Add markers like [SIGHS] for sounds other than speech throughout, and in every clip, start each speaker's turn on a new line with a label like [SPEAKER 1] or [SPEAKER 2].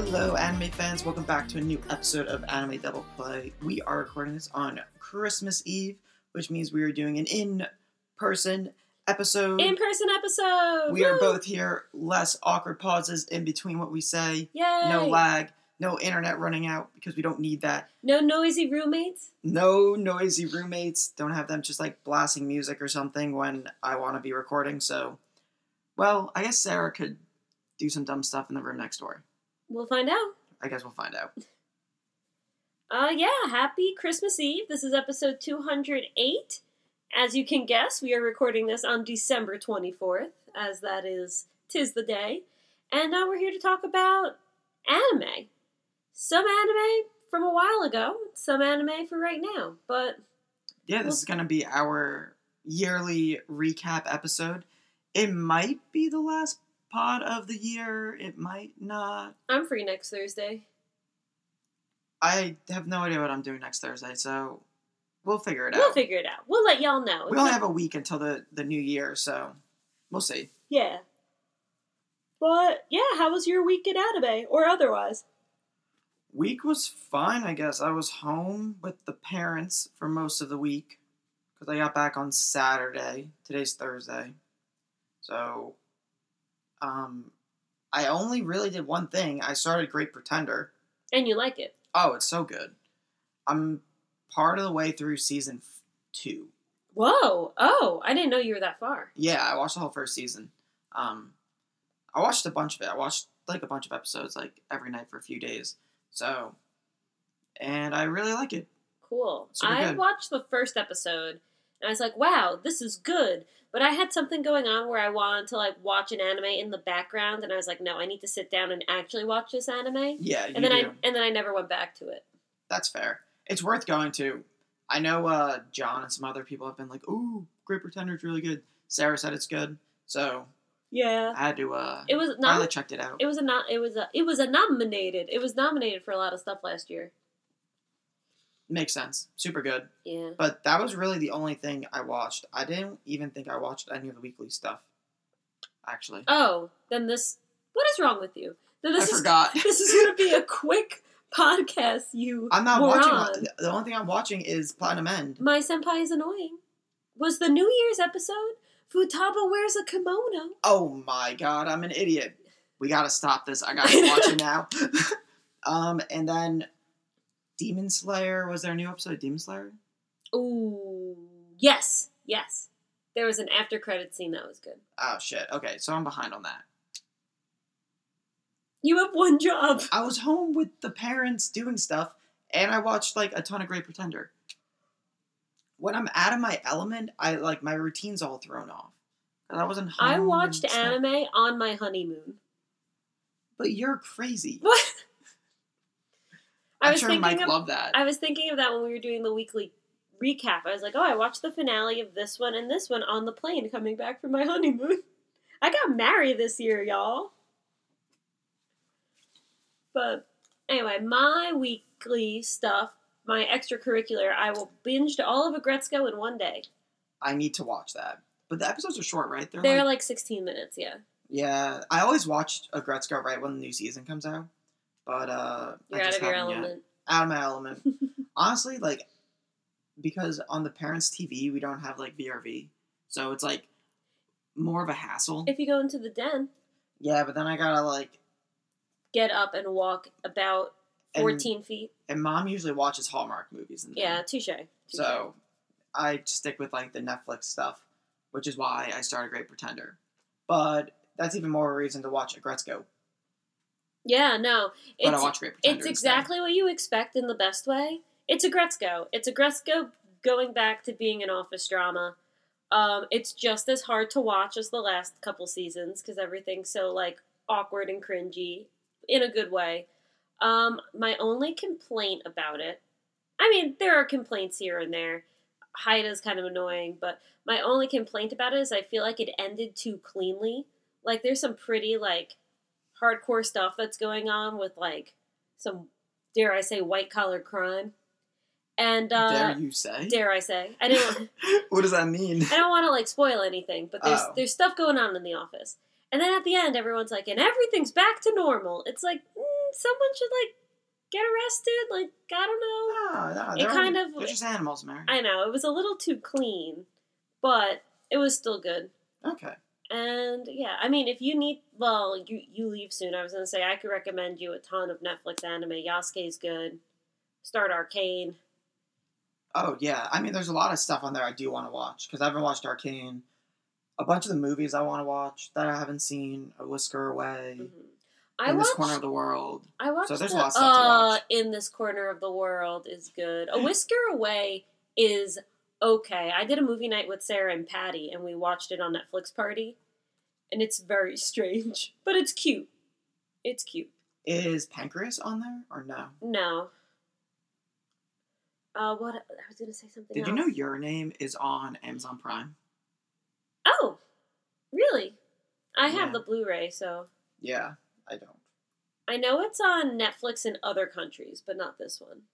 [SPEAKER 1] anime fans, welcome back to a new episode of Anime Double Play. We are recording this on Christmas Eve, which means we are doing an in person episode.
[SPEAKER 2] In person episode.
[SPEAKER 1] we are
[SPEAKER 2] Woo!
[SPEAKER 1] both here, less awkward pauses in between what we say,
[SPEAKER 2] Yay.
[SPEAKER 1] no lag, no internet running out because we don't need that.
[SPEAKER 2] No noisy roommates.
[SPEAKER 1] No noisy roommates, don't have them just like blasting music or something when I want to be recording. So, well, I guess Sarah could do some dumb stuff in the room next door.
[SPEAKER 2] We'll find out.
[SPEAKER 1] I guess we'll find out.
[SPEAKER 2] Uh yeah, happy Christmas Eve. This is episode 208. As you can guess, we are recording this on December 24th, as that is tis the day. And uh, we're here to talk about anime. Some anime from a while ago, some anime for right now. But
[SPEAKER 1] Yeah, this is going to be our yearly recap episode. It might be the last pod of the year. It might not.
[SPEAKER 2] I'm free next Thursday.
[SPEAKER 1] I have no idea what I'm doing next Thursday, so we'll figure it
[SPEAKER 2] We'll
[SPEAKER 1] out.
[SPEAKER 2] figure it out. We'll let y'all know.
[SPEAKER 1] we only have a week until the, the new year, so we'll see.
[SPEAKER 2] Yeah. But yeah, how was your week at anime or otherwise?
[SPEAKER 1] Week was fine, I guess. I was home with the parents for most of the week because I got back on Saturday. Today's Thursday. So, um, I only really did one thing. I started Great Pretender.
[SPEAKER 2] And you like it?
[SPEAKER 1] Oh, it's so good. I'm part of the way through season f- two.
[SPEAKER 2] Whoa! Oh, I didn't know you were that far.
[SPEAKER 1] Yeah, I watched the whole first season. Um, I watched a bunch of it. I watched like a bunch of episodes like every night for a few days. So, and I really like it.
[SPEAKER 2] Cool.
[SPEAKER 1] Super
[SPEAKER 2] I
[SPEAKER 1] good.
[SPEAKER 2] watched the first episode and I was like, "Wow, this is good." But I had something going on where I wanted to like watch an anime in the background, and I was like, "No, I need to sit down and actually watch this anime."
[SPEAKER 1] Yeah, you
[SPEAKER 2] And then
[SPEAKER 1] do.
[SPEAKER 2] I and then I never went back to it.
[SPEAKER 1] That's fair. It's worth going to. I know uh, John and some other people have been like, "Ooh, Great Pretender's really good." Sarah said it's good, so
[SPEAKER 2] Yeah.
[SPEAKER 1] I had to. Uh,
[SPEAKER 2] It was
[SPEAKER 1] finally
[SPEAKER 2] not.
[SPEAKER 1] checked it out.
[SPEAKER 2] It was a not. It was a. It was a nominated. It was nominated for a lot of stuff last year.
[SPEAKER 1] Makes sense. Super good.
[SPEAKER 2] Yeah.
[SPEAKER 1] But that was really the only thing I watched. I didn't even think I watched any of the weekly stuff. Actually,
[SPEAKER 2] Oh, then this. What is wrong with you? Then
[SPEAKER 1] I
[SPEAKER 2] this is
[SPEAKER 1] forgot.
[SPEAKER 2] [LAUGHS] this is going to be a quick podcast. You.
[SPEAKER 1] I'm not
[SPEAKER 2] moron.
[SPEAKER 1] watching. The only thing I'm watching is Platinum End.
[SPEAKER 2] My senpai is annoying. Was the New Year's episode? Futaba wears a kimono.
[SPEAKER 1] Oh my god, I'm an idiot. We gotta stop this. I gotta watch it now. [LAUGHS] um, and then Demon Slayer was there a new episode of Demon Slayer?
[SPEAKER 2] Ooh. Yes. Yes. There was an after credit scene that was good.
[SPEAKER 1] Oh shit. Okay, so I'm behind on that.
[SPEAKER 2] You have one job.
[SPEAKER 1] I was home with the parents doing stuff, and I watched like a ton of Great Pretender. When I'm out of my element, I like my routine's all thrown off. And I wasn't home.
[SPEAKER 2] I
[SPEAKER 1] and
[SPEAKER 2] watched
[SPEAKER 1] stuff.
[SPEAKER 2] anime on my honeymoon. [LAUGHS]
[SPEAKER 1] But you're crazy.
[SPEAKER 2] What? I
[SPEAKER 1] I'm
[SPEAKER 2] was
[SPEAKER 1] sure
[SPEAKER 2] thinking
[SPEAKER 1] Mike
[SPEAKER 2] of-
[SPEAKER 1] loved that.
[SPEAKER 2] I was thinking of that when we were doing the weekly recap. I was like, oh, I watched the finale of this one and this one on the plane coming back from my [LAUGHS] honeymoon. I got married this year, y'all. But anyway, my weekly stuff, my extracurricular, I will binge to all of Agretzko in one day.
[SPEAKER 1] I need to watch that. But the episodes are short, right? They're,
[SPEAKER 2] They're
[SPEAKER 1] like,
[SPEAKER 2] like, 16 minutes, yeah.
[SPEAKER 1] yeah. I always watch a Gretzko right when the new season comes out. But uh,
[SPEAKER 2] You're
[SPEAKER 1] I
[SPEAKER 2] out
[SPEAKER 1] just
[SPEAKER 2] of your
[SPEAKER 1] haven't yet.
[SPEAKER 2] element.
[SPEAKER 1] out of my element.
[SPEAKER 2] [LAUGHS]
[SPEAKER 1] Honestly, like because on the parents' TV we don't have like VRV, so it's like more of a hassle.
[SPEAKER 2] If you go into the den,
[SPEAKER 1] yeah, but then I gotta like,
[SPEAKER 2] get up and walk about
[SPEAKER 1] And-
[SPEAKER 2] 14 feet.
[SPEAKER 1] and mom usually watches Hallmark movies, and
[SPEAKER 2] Yeah, touche. touche.
[SPEAKER 1] so I stick with like the Netflix stuff, which is why I started Great Pretender. But that's even more of a reason to watch Agretzko.
[SPEAKER 2] Yeah, no.
[SPEAKER 1] But I watch Great Pretender.
[SPEAKER 2] It's
[SPEAKER 1] instead.
[SPEAKER 2] exactly what you expect in the best way. It's a Gretzko. It's a Gretzko going back to being an office drama. Um, it's just as hard to watch as the last couple seasons because everything's so like awkward and cringy in a good way. Um, my only complaint about it, I mean, there are complaints here and there. Haida's kind of annoying, but my only complaint about it is I feel like it ended too cleanly. Like there's some pretty like hardcore stuff that's going on with like some dare I say white collar crime. And uh
[SPEAKER 1] Dare you say?
[SPEAKER 2] dare I say. I don't
[SPEAKER 1] [LAUGHS] what does that mean?
[SPEAKER 2] I don't want to like spoil anything, but there's
[SPEAKER 1] Oh.
[SPEAKER 2] there's stuff going on in the office. And then at the end everyone's like and everything's back to normal. It's like mm, someone should like get arrested. Like I don't know.
[SPEAKER 1] [LAUGHS] No, no,
[SPEAKER 2] It
[SPEAKER 1] they're,
[SPEAKER 2] kind of-
[SPEAKER 1] they're just animals, Mary.
[SPEAKER 2] I know it was a little too clean, but it was still good.
[SPEAKER 1] Okay.
[SPEAKER 2] And yeah, I mean, if you need, well, you you leave soon. I was gonna say I could recommend you a ton of Netflix anime. Yasuke's good. Start Arcane.
[SPEAKER 1] Oh yeah, I mean, there's a lot of stuff on there I do want to watch because I haven't watched Arcane. A bunch of the movies I want to watch that I haven't seen: A Whisker Away,
[SPEAKER 2] Mhm. I
[SPEAKER 1] Mm-hmm. In This
[SPEAKER 2] watched.
[SPEAKER 1] Corner of the World.
[SPEAKER 2] I watched.
[SPEAKER 1] So there's
[SPEAKER 2] the,
[SPEAKER 1] lots of stuff to
[SPEAKER 2] uh,
[SPEAKER 1] watch. Mm.
[SPEAKER 2] in this corner of the world is good. A whisker away is okay. I did a movie night with Sarah and Patty, and we watched it on Netflix party, and it's very [LAUGHS] strange, but it's cute. It's cute.
[SPEAKER 1] Is Pancreas on there or no?
[SPEAKER 2] No. Uh, what I was gonna say something.
[SPEAKER 1] Did you
[SPEAKER 2] else.
[SPEAKER 1] know Your Name is on Amazon Prime?
[SPEAKER 2] Oh, really? I have
[SPEAKER 1] Yeah.
[SPEAKER 2] the Blu-ray, so
[SPEAKER 1] Yeah, I don't.
[SPEAKER 2] I know it's on Netflix in other countries, but not this one.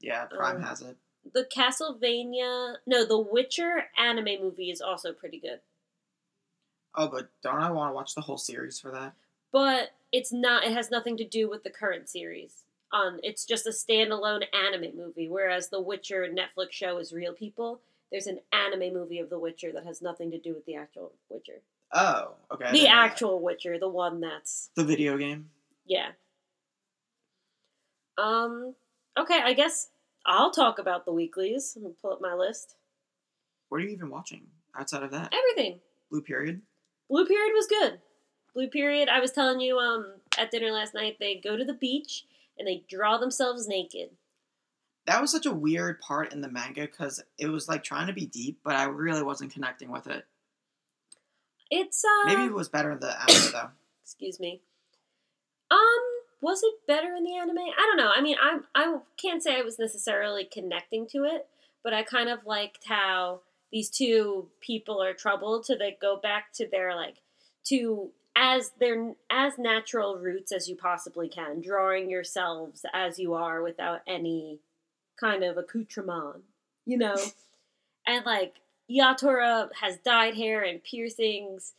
[SPEAKER 1] Yeah, Prime
[SPEAKER 2] Um,
[SPEAKER 1] has it.
[SPEAKER 2] The Castlevania, no, the Witcher anime movie is also pretty good,
[SPEAKER 1] Oh, but don't I want to watch the whole series for that?
[SPEAKER 2] but it's not. It has nothing to do with the current series. Um, it's just a standalone anime movie. Whereas the Witcher Netflix show is real people. There's an anime movie of The Witcher that has nothing to do with the actual Witcher.
[SPEAKER 1] Oh, okay. I didn't
[SPEAKER 2] the
[SPEAKER 1] know that.
[SPEAKER 2] actual Witcher, the one that's
[SPEAKER 1] The video game.
[SPEAKER 2] yeah. Um. Okay, I guess I'll talk about the weeklies. I'm gonna pull up my list.
[SPEAKER 1] What are you even watching outside of that?
[SPEAKER 2] Everything.
[SPEAKER 1] Blue Period.
[SPEAKER 2] Blue Period was good. Blue Period, I was telling you um at dinner last night, they go to the beach and they draw themselves naked.
[SPEAKER 1] That was such a weird part in the manga because it was like trying to be deep, but I really wasn't connecting with it.
[SPEAKER 2] It's uh
[SPEAKER 1] Maybe it was better in the anime though.
[SPEAKER 2] excuse me. Um was it better in the anime? I don't know. I mean, I I can't say I was necessarily connecting to it, but I kind of liked how these two people are troubled so they go back to their like to as their as natural roots as you possibly can, drawing yourselves as you are without any kind of accoutrement, you know? and like Yatora has dyed hair and piercings.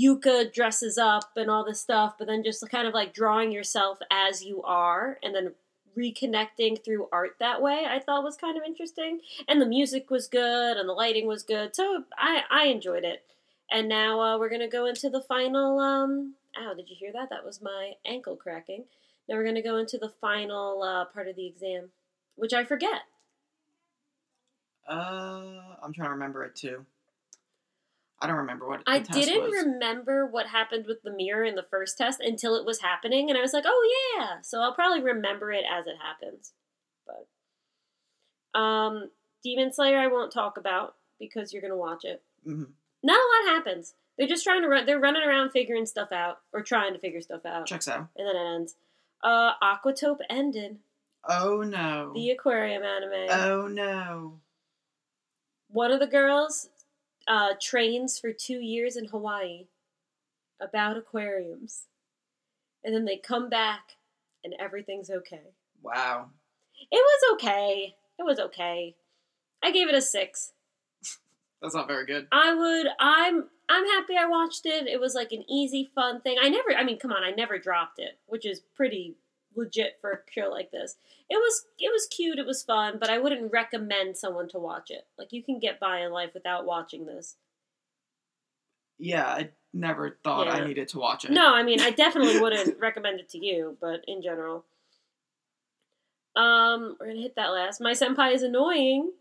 [SPEAKER 2] Yuka dresses up and all this stuff, but then just kind of like drawing yourself as you are and then reconnecting through art that way, I thought was kind of interesting. And the music was good and the lighting was good. So I, I enjoyed it. And now uh, we're going to go into the final. Um, ow, did you hear that? That was my ankle cracking. Now we're going to go into the final uh, part of the exam, which I forget.
[SPEAKER 1] Uh, I'm trying to remember it too. I don't remember what
[SPEAKER 2] I
[SPEAKER 1] the test
[SPEAKER 2] didn't
[SPEAKER 1] was.
[SPEAKER 2] remember what happened with the mirror in the first test until it was happening, and I was like, "Oh yeah!" So I'll probably remember it as it happens. But um, Demon Slayer, I won't talk about because you're gonna watch it.
[SPEAKER 1] Mhm.
[SPEAKER 2] Not a lot happens. They're just trying to run. They're running around figuring stuff out or trying to figure stuff out,
[SPEAKER 1] Checks out.
[SPEAKER 2] and then it ends. Uh, Aquatope ended
[SPEAKER 1] Oh no.
[SPEAKER 2] the aquarium anime.
[SPEAKER 1] oh no.
[SPEAKER 2] One of the girls uh, trains for two years in Hawaii about aquariums. And then they come back and everything's okay.
[SPEAKER 1] Wow.
[SPEAKER 2] It was okay. It was okay. I gave it a six.
[SPEAKER 1] That's not very good.
[SPEAKER 2] I would I'm I'm happy I watched it. It was like an easy, fun thing. I never I mean, come on, I never dropped it, which is pretty legit for a show like this. It was it was cute, it was fun, but I wouldn't recommend someone to watch it. Like you can get by in life without watching this.
[SPEAKER 1] Yeah, I never thought
[SPEAKER 2] Yeah.
[SPEAKER 1] I needed to watch it. [LAUGHS]
[SPEAKER 2] No, I mean, I definitely wouldn't recommend it to you, but in general. Um, we're gonna hit that last. My senpai is annoying.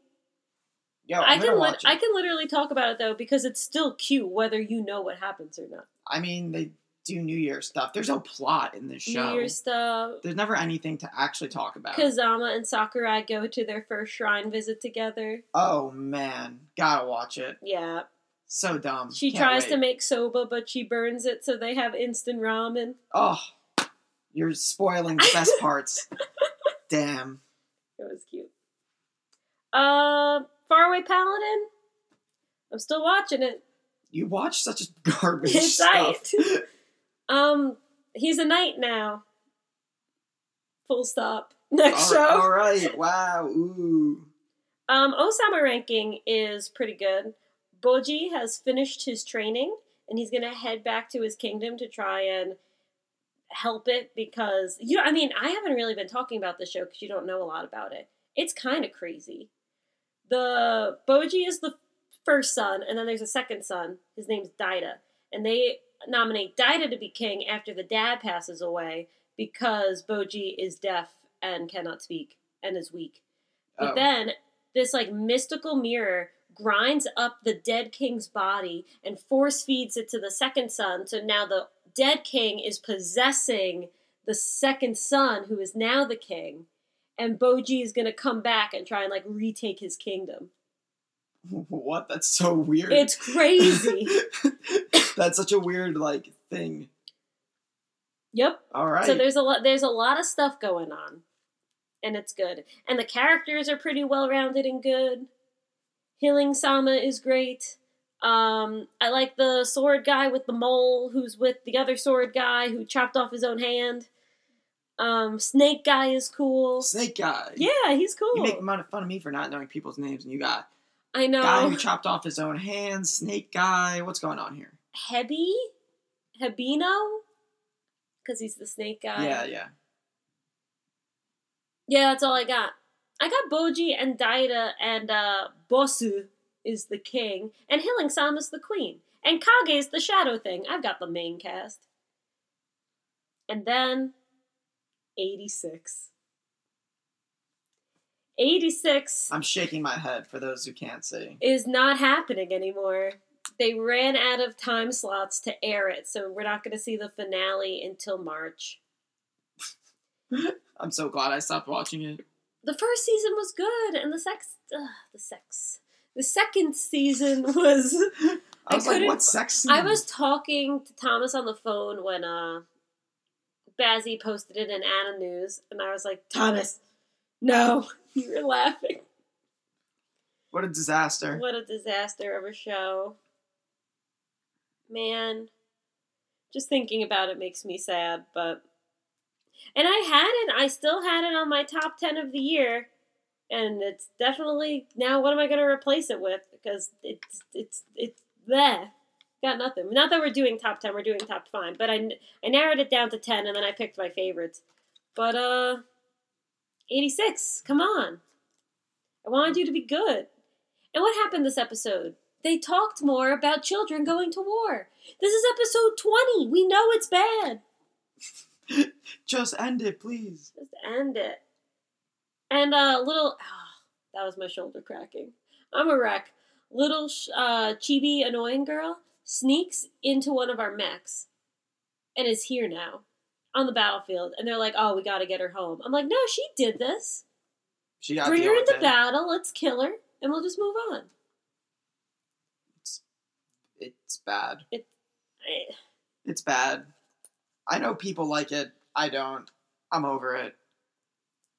[SPEAKER 1] Yo, Oh, I'm
[SPEAKER 2] I
[SPEAKER 1] gonna
[SPEAKER 2] can lit
[SPEAKER 1] watch it.
[SPEAKER 2] I can literally talk about it though because it's still cute whether you know what happens or not.
[SPEAKER 1] I mean, they do New Year stuff. There's no plot in this show.
[SPEAKER 2] New Year stuff.
[SPEAKER 1] There's never anything to actually talk about.
[SPEAKER 2] Kazama and Sakurai go to their first shrine visit together.
[SPEAKER 1] Oh man, gotta watch it.
[SPEAKER 2] Yeah,
[SPEAKER 1] So dumb.
[SPEAKER 2] she
[SPEAKER 1] Um, Can't
[SPEAKER 2] tries
[SPEAKER 1] wait.
[SPEAKER 2] to make soba, but she burns it, so they have instant ramen.
[SPEAKER 1] Oh, you're spoiling the best
[SPEAKER 2] [LAUGHS]
[SPEAKER 1] parts. Damn.
[SPEAKER 2] It was cute. Uh, Faraway Paladin. I'm still watching it.
[SPEAKER 1] You watch such garbage
[SPEAKER 2] It's
[SPEAKER 1] stuff.
[SPEAKER 2] right. [LAUGHS] Um, he's a knight now. Full stop. [LAUGHS]
[SPEAKER 1] [LAUGHS]
[SPEAKER 2] Next
[SPEAKER 1] All-
[SPEAKER 2] show.
[SPEAKER 1] all right. Wow. Ooh.
[SPEAKER 2] Um, Osama ranking is pretty good. Boji has finished his training and he's gonna head back to his kingdom to try and help it because you know, I mean, I haven't really been talking about the show because you don't know a lot about it. It's kind of crazy. The Boji is the first son, and then there's a second son. His name's Dida, and they nominate Dida to be king after the dad passes away because Boji is deaf and cannot speak and is weak. But
[SPEAKER 1] Oh.
[SPEAKER 2] then this like mystical mirror grinds up the dead king's body and force feeds it to the second son. So now the dead king is possessing the second son, who is now the king. And Boji is going to come back and try and like retake his kingdom.
[SPEAKER 1] What? That's so weird.
[SPEAKER 2] It's crazy.
[SPEAKER 1] [LAUGHS] That's such a weird like thing.
[SPEAKER 2] yep.
[SPEAKER 1] All right.
[SPEAKER 2] So there's a lot there's a lot of stuff going on. And it's good. And the characters are pretty well rounded and good. Healing Sama is great. Um, I like the sword guy with the mole who's with the other sword guy who chopped off his own hand. Um, snake guy is cool.
[SPEAKER 1] Snake guy.
[SPEAKER 2] Yeah, he's cool.
[SPEAKER 1] You make mon- fun of me for not knowing people's names, and you got
[SPEAKER 2] I
[SPEAKER 1] guy who
[SPEAKER 2] know.
[SPEAKER 1] chopped off his own hand, snake guy. What's going on here?
[SPEAKER 2] Hebi? Hebino? Because he's the snake guy.
[SPEAKER 1] yeah, yeah.
[SPEAKER 2] Yeah, that's all I got. I got Boji and Daida and uh, Bosu is the king, and Healing Sam is the queen, and Kage is the shadow thing. I've got the main cast. And then 86. 86
[SPEAKER 1] I'm shaking my head for those who can't see.
[SPEAKER 2] is not happening anymore. They ran out of time slots to air it, so we're not going to see the finale until March.
[SPEAKER 1] I'm so glad I stopped watching it.
[SPEAKER 2] the first season was good, and the sex, ugh, the sex, the second season [LAUGHS] was.
[SPEAKER 1] I
[SPEAKER 2] I
[SPEAKER 1] was like,
[SPEAKER 2] couldn't-
[SPEAKER 1] what sex scene?
[SPEAKER 2] I was talking to Thomas on the phone when uh, Bazzy posted it in Anna News, and I was like, Thomas, no, [LAUGHS] you were laughing.
[SPEAKER 1] What a disaster.
[SPEAKER 2] What a disaster of a show, man. Just thinking about it makes me sad, but. And I had it. I still had it on my top 10 of the year. And it's definitely now what am I going to replace it with? Because it's, it's, it's there. Got nothing. Not that we're doing top 10, we're doing top 5. But I, n- I narrowed it down to 10 and then I picked my favorites. But, uh, 86, come on. I wanted you to be good. And what happened this episode? They talked more about children going to war. This is episode 20. We know it's bad.
[SPEAKER 1] Just end it, please.
[SPEAKER 2] Just end it. And a uh, little. ah, that was my shoulder cracking. I'm a wreck. Little sh- uh, chibi annoying girl sneaks into one of our mechs and is here now on the battlefield. And they're like, oh, we got to get her home. I'm like, no, she did this.
[SPEAKER 1] She got
[SPEAKER 2] Bring
[SPEAKER 1] deal
[SPEAKER 2] her
[SPEAKER 1] with
[SPEAKER 2] into
[SPEAKER 1] it.
[SPEAKER 2] battle. Let's kill her and we'll just move on.
[SPEAKER 1] It's bad.
[SPEAKER 2] Eh,
[SPEAKER 1] It's bad. I know people like it. I don't. I'm over it.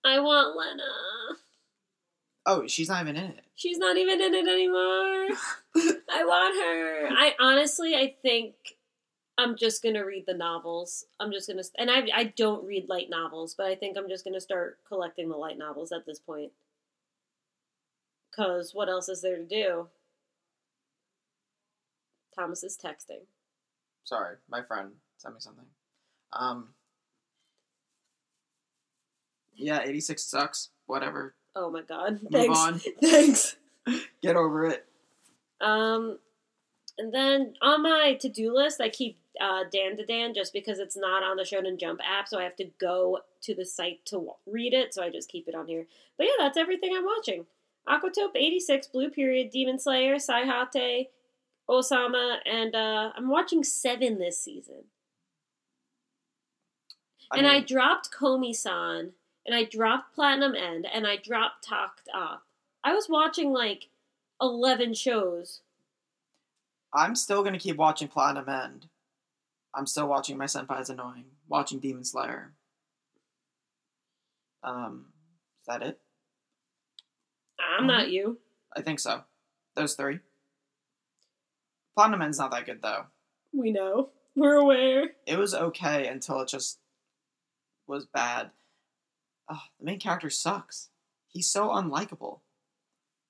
[SPEAKER 2] I want Lena.
[SPEAKER 1] Oh, she's not even in it.
[SPEAKER 2] She's not even in it anymore. I want her. I honestly, I think I'm just gonna read the novels. I'm just gonna, and I I don't read light novels, but I think I'm just gonna start collecting the light novels at this point. Cause what else is there to do? Thomas is texting.
[SPEAKER 1] Sorry, my friend sent me something. Um. Yeah, 86 sucks. Whatever.
[SPEAKER 2] Oh my god!
[SPEAKER 1] Move
[SPEAKER 2] Thanks.
[SPEAKER 1] on.
[SPEAKER 2] [LAUGHS] Thanks.
[SPEAKER 1] Get over it.
[SPEAKER 2] Um, and then on my to do list, I keep uh, Dan to Dan just because it's not on the Shonen Jump app, so I have to go to the site to wa- read it. So I just keep it on here. But yeah, that's everything I'm watching. Aquatope 86, Blue Period, Demon Slayer, Saihate, Osama, and uh, I'm watching Seven this season. and I
[SPEAKER 1] mean,
[SPEAKER 2] dropped Komi san, and I dropped Platinum End, and I dropped Talked Up. I was watching like 11 shows
[SPEAKER 1] I'm still gonna keep watching Platinum End. I'm still watching My Senpai's Annoying. Watching Demon Slayer. Um, is that it?
[SPEAKER 2] I'm not you.
[SPEAKER 1] I think so. Those three. Platinum End's not that good though.
[SPEAKER 2] We know. We're aware.
[SPEAKER 1] It was okay until it just was bad. Ugh, the main character sucks. He's so unlikable.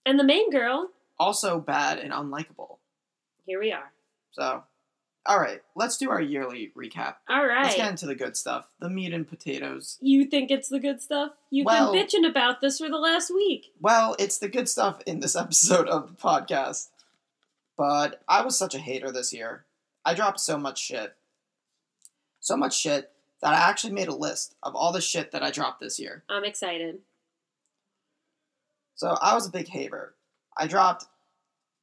[SPEAKER 2] And the main girl,
[SPEAKER 1] Also bad and unlikable.
[SPEAKER 2] here we are.
[SPEAKER 1] So All right, let's do our yearly recap.
[SPEAKER 2] All
[SPEAKER 1] Let's get
[SPEAKER 2] right.
[SPEAKER 1] into the good stuff the meat and potatoes.
[SPEAKER 2] You think it's the good stuff? You've
[SPEAKER 1] Well-
[SPEAKER 2] been bitching about this for the last week.
[SPEAKER 1] Well, it's the good stuff in this [LAUGHS] episode of the podcast. But I was such a hater this year. I dropped so much shit. So much shit that I actually made a list of all the shit that I dropped this year.
[SPEAKER 2] I'm excited.
[SPEAKER 1] So I was a big hater. I dropped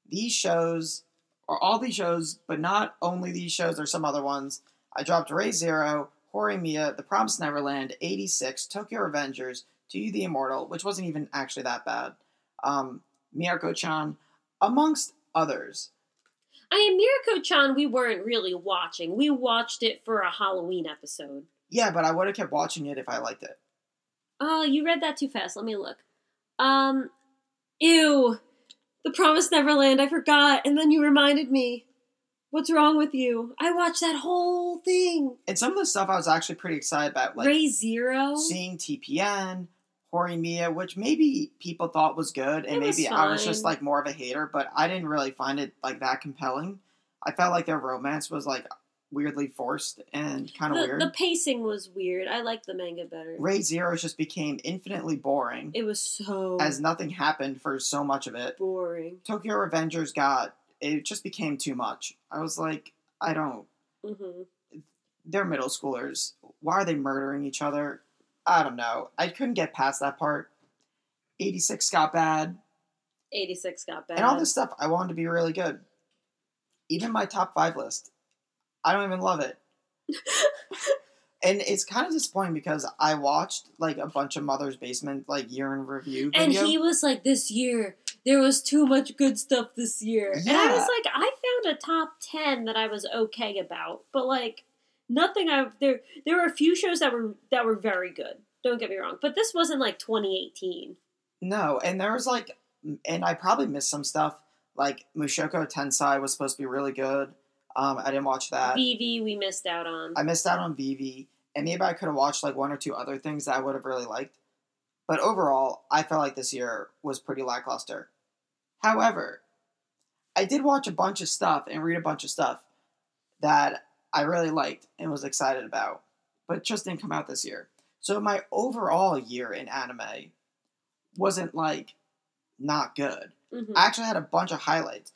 [SPEAKER 1] these shows, or all these shows, but not only these shows or some other ones. I dropped Ray Zero, Hori Mia, The Promised Neverland, 86, Tokyo Revengers, To You the Immortal, which wasn't even actually that bad, um, Miyako chan, amongst others.
[SPEAKER 2] I mean, Mirko Chan, we weren't really watching. We watched it for a Halloween episode.
[SPEAKER 1] Yeah, but I would have kept watching it if I liked it.
[SPEAKER 2] Oh, you read that too fast. Let me look. Um, ew. The Promised Neverland, I forgot. And then you reminded me. What's wrong with you? I watched that whole thing.
[SPEAKER 1] And some of the stuff I was actually pretty excited about, like
[SPEAKER 2] Ray Zero.
[SPEAKER 1] seeing TPN, Hori Mia, which maybe people thought was good, and
[SPEAKER 2] It was
[SPEAKER 1] maybe I was
[SPEAKER 2] fine.
[SPEAKER 1] just like more of a hater, but I didn't really find it like that compelling. I felt like their romance was like weirdly forced and kind of
[SPEAKER 2] the,
[SPEAKER 1] weird.
[SPEAKER 2] the pacing was weird. I liked the manga better.
[SPEAKER 1] Ray Zero just became infinitely boring
[SPEAKER 2] It was so
[SPEAKER 1] as nothing happened for so much of it.
[SPEAKER 2] boring.
[SPEAKER 1] Tokyo Revengers got it just became too much. I was like, I don't.
[SPEAKER 2] hmm
[SPEAKER 1] They're middle schoolers. Why are they murdering each other? I don't know. I couldn't get past that part. 86 got bad.
[SPEAKER 2] 86 got bad.
[SPEAKER 1] and all this stuff I wanted to be really good. Even my top five list, I don't even love
[SPEAKER 2] [LAUGHS]
[SPEAKER 1] it. and it's kind of disappointing because I watched like a bunch of Mother's Basement like year in review video.
[SPEAKER 2] and he was like, this year, there was too much good stuff this year. And I was
[SPEAKER 1] Yeah.
[SPEAKER 2] like, I found a top 10 that I was okay about, but like, nothing I've, there, there were a few shows that were, that were very good. Don't get me wrong. But this wasn't like 2018.
[SPEAKER 1] no, and there was like, and I probably missed some stuff. Like Mushoko Tensei was supposed to be really good. Um, I didn't watch that.
[SPEAKER 2] BV we missed out on.
[SPEAKER 1] I missed out on Vivi, and maybe I could have watched like one or two other things that I would have really liked. But overall, I felt like this year was pretty lackluster. However, I did watch a bunch of stuff and read a bunch of stuff that I really liked and was excited about, but just didn't come out this year. So my overall year in anime wasn't like not good.
[SPEAKER 2] Mhm.
[SPEAKER 1] I actually had a bunch of highlights.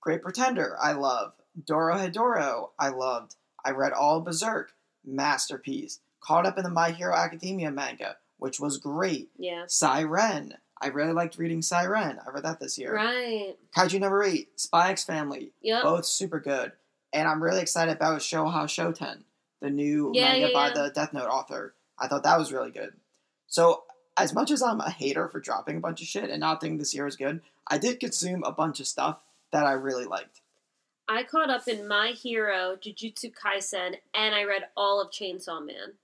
[SPEAKER 1] Great Pretender, I love. Doro Hedoro, I loved. I read all Berserk, masterpiece. Caught up in the My Hero Academia manga, which was great.
[SPEAKER 2] yeah.
[SPEAKER 1] Siren, I really liked reading Siren. I read that this year.
[SPEAKER 2] Right.
[SPEAKER 1] Kaiju Number Eight, Spy X Family,
[SPEAKER 2] Yep.
[SPEAKER 1] both super good. And I'm really excited about Shoha Shoten, the new
[SPEAKER 2] Yeah,
[SPEAKER 1] manga
[SPEAKER 2] yeah,
[SPEAKER 1] by
[SPEAKER 2] yeah.
[SPEAKER 1] the Death Note author. I thought that was really good. So, as much as I'm a hater for dropping a bunch of shit and not thinking this year is good, I did consume a bunch of stuff that I really liked.
[SPEAKER 2] I caught up in My Hero, Jujutsu Kaisen, and I read all of Chainsaw Man.